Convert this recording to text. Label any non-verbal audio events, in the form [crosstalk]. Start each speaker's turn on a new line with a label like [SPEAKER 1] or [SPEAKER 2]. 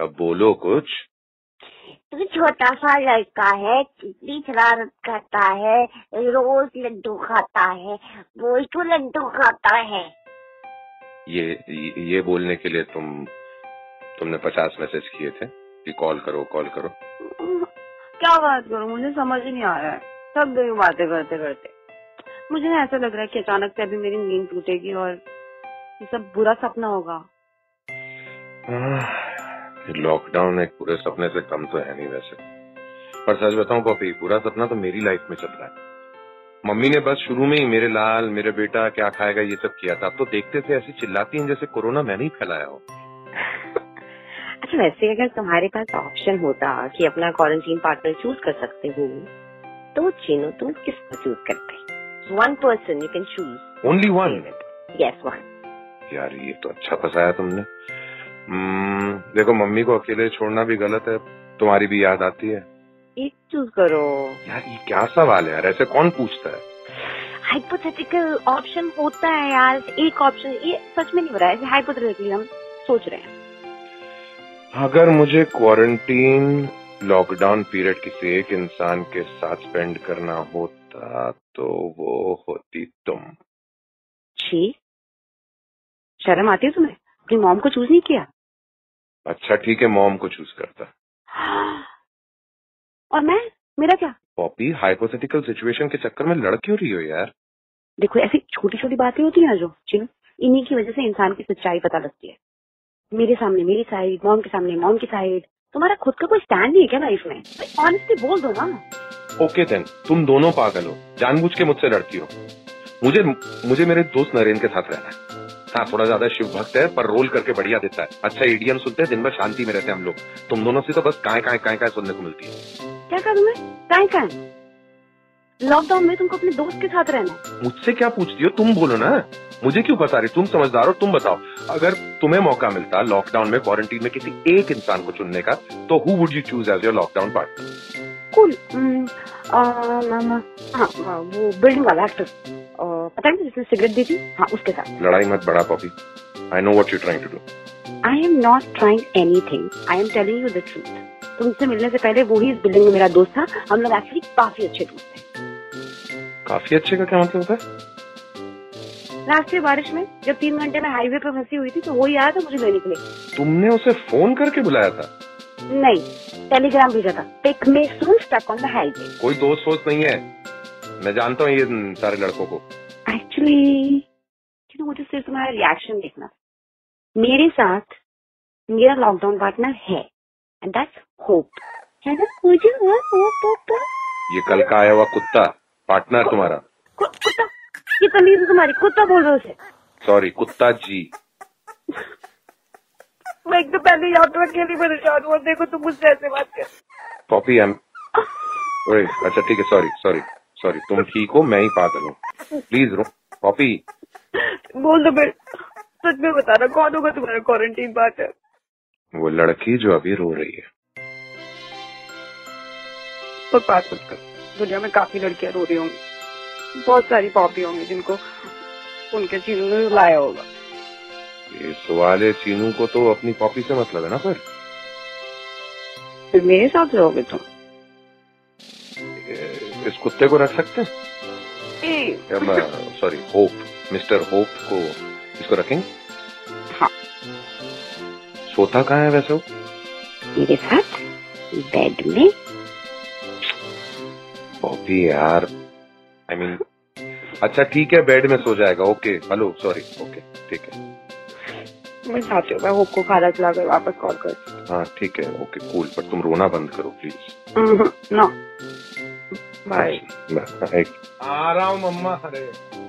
[SPEAKER 1] अब बोलो कुछ
[SPEAKER 2] तू छोटा सा तो लड़का है कितनी शरारत करता है रोज लड्डू खाता है रोज तो लड्डू खाता है
[SPEAKER 1] ये ये- ये बोलने के लिए तुम तुमने पचास मैसेज किए थे कि कॉल करो कॉल करो [sighs]
[SPEAKER 3] क्या बात करूं मुझे समझ ही नहीं आ रहा है सब गई बातें करते करते मुझे ना ऐसा लग रहा है कि अचानक से अभी मेरी नींद टूटेगी और ये सब बुरा सपना होगा
[SPEAKER 1] लॉकडाउन एक पूरे सपने से कम तो है नहीं वैसे पर सच बताऊं पपी पूरा सपना तो मेरी लाइफ में चल रहा है मम्मी ने बस शुरू में ही मेरे लाल मेरे बेटा क्या खाएगा ये सब किया था अब तो देखते थे ऐसी चिल्लाती हैं जैसे कोरोना मैंने ही फैलाया हो
[SPEAKER 3] अच्छा वैसे अगर तुम्हारे पास ऑप्शन होता कि अपना क्वारंटीन पार्टनर चूज कर सकते हो तो चीनो तुम किसको चूज करते one person you can choose
[SPEAKER 1] only one
[SPEAKER 3] yes one
[SPEAKER 1] यार ये तो अच्छा फंसाया तुमने Hmm, देखो मम्मी को अकेले छोड़ना भी गलत है तुम्हारी भी याद आती है
[SPEAKER 3] एक चूज करो
[SPEAKER 1] यार ये क्या सवाल है यार ऐसे कौन पूछता है
[SPEAKER 3] हाइपोथेटिकल ऑप्शन होता है यार एक ऑप्शन ये सच में नहीं हो रहा है हाइपोथेटिकली हम सोच रहे हैं
[SPEAKER 1] अगर मुझे क्वारंटीन लॉकडाउन पीरियड किसी एक इंसान के साथ स्पेंड करना होता तो वो होती तुम
[SPEAKER 3] छी शर्म आती है तुम्हें अपनी मॉम को चूज नहीं किया
[SPEAKER 1] अच्छा ठीक है मॉम को चूज करता
[SPEAKER 3] और मैं मेरा क्या
[SPEAKER 1] पॉपी हाइपोथेटिकल सिचुएशन के चक्कर में लड़ क्यों रही हो यार
[SPEAKER 3] देखो ऐसी छोटी छोटी बातें होती है ना जो चीनू इन्हीं की वजह से इंसान की सच्चाई पता लगती है मेरे सामने मेरी साइड मॉम के सामने मॉम की साइड तुम्हारा खुद का कोई स्टैंड नहीं है क्या लाइफ में ऑनेस्टली बोल दो ना
[SPEAKER 1] ओके देन तुम दोनों पागल हो जानबूझ के मुझसे लड़ती हो मुझे मुझे मेरे दोस्त नरेंद्र के साथ रहना है हाँ थोड़ा ज्यादा शिव भक्त है पर रोल करके बढ़िया देता है अच्छा ईडीएम सुनते हैं दिन भर शांति में रहते हैं हम लोग तुम दोनों से तो बस काय काय काय काय सुनने को मिलती है
[SPEAKER 3] क्या कहा तुम्हें काय कहा लॉकडाउन में तुमको अपने दोस्त के साथ रहना है।
[SPEAKER 1] मुझसे क्या पूछती हो तुम बोलो ना मुझे क्यों बता रही तुम समझदार हो तुम बताओ अगर तुम्हें मौका मिलता लॉकडाउन में क्वारंटीन में किसी एक इंसान को चुनने का तो who would you choose as your lockdown partner
[SPEAKER 3] cool hmm, आ, मामा, हाँ हाँ, वो बिल्डिंग वाला एक्टर पता नहीं जिसने सिगरेट दी थी हाँ उसके साथ
[SPEAKER 1] लड़ाई मत बड़ा Poppy I know what you trying to do
[SPEAKER 3] I am not trying anything I am telling you the truth तुमसे मिलने से पहले वो ही इस बिल्डिंग में मेरा दोस्त था हम लोग एक्चुअली काफी अच्छे दोस्त थे
[SPEAKER 1] काफी अच्छे का क्या मतलब होता है
[SPEAKER 3] रास्ते बारिश में जब तीन घंटे में हाईवे पर फंसी हुई थी तो वो ही आया था मुझे लेने के लिए
[SPEAKER 1] तुमने उसे फोन करके बुलाया था
[SPEAKER 3] नहीं टेलीग्राम भेजा था take me soon stuck on the highway
[SPEAKER 1] कोई दोस्त वोस्त नहीं है मैं जानता हूँ ये न, सारे लड़कों को
[SPEAKER 3] एक्चुअली यू नो मुझे सिर्फ तुम्हारा रिएक्शन देखना मेरे साथ मेरा लॉकडाउन पार्टनर है एंड दैट्स होप है ना मुझे वो होप होप
[SPEAKER 1] ये कल का आया हुआ कुत्ता पार्टनर तुम्हारा
[SPEAKER 3] कुत्ता तो, ये तमीज है तुम्हारी कुत्ता बोल रहे हो उसे
[SPEAKER 1] सॉरी कुत्ता जी
[SPEAKER 3] मैं एक तो पहले याद तो अकेली परेशान हुआ देखो तुम मुझसे ऐसे बात कर
[SPEAKER 1] पॉपी एम ओए अच्छा ठीक है सॉरी सॉरी सॉरी तुम ठीक हो मैं ही पागल हूँ प्लीज रो पॉपी
[SPEAKER 3] बोल दो फिर सच में बता रहा कौन होगा तुम्हारा क्वारंटीन बात है
[SPEAKER 1] वो लड़की जो अभी रो रही है
[SPEAKER 3] और बात मत कर दुनिया में काफी लड़कियां रो रही होंगी बहुत सारी पॉपी होंगी जिनको उनके चीजों ने रुलाया होगा
[SPEAKER 1] इस वाले चीनू को तो अपनी पॉपी से मतलब है ना पर
[SPEAKER 3] फिर मेरे साथ रहोगे तुम
[SPEAKER 1] ए, इस कुत्ते को रख सकते हैं
[SPEAKER 3] ए,
[SPEAKER 1] या मैं- सॉरी होप मिस्टर होप को इसको रखेंगे
[SPEAKER 3] हाँ।
[SPEAKER 1] सोता कहाँ है वैसे वो
[SPEAKER 3] मेरे साथ बेड में
[SPEAKER 1] पॉपी यार आई I मीन mean, अच्छा ठीक है बेड में सो जाएगा ओके हेलो सॉरी ओके ठीक है
[SPEAKER 3] मैं चाहती हूँ मैं होप को खाना खिलाकर वापस कॉल
[SPEAKER 1] हाँ ठीक है ओके कूल पर तुम रोना बंद करो प्लीज
[SPEAKER 3] हम्म, कर नो बाय
[SPEAKER 1] आ रहा हूँ मम्मा अरे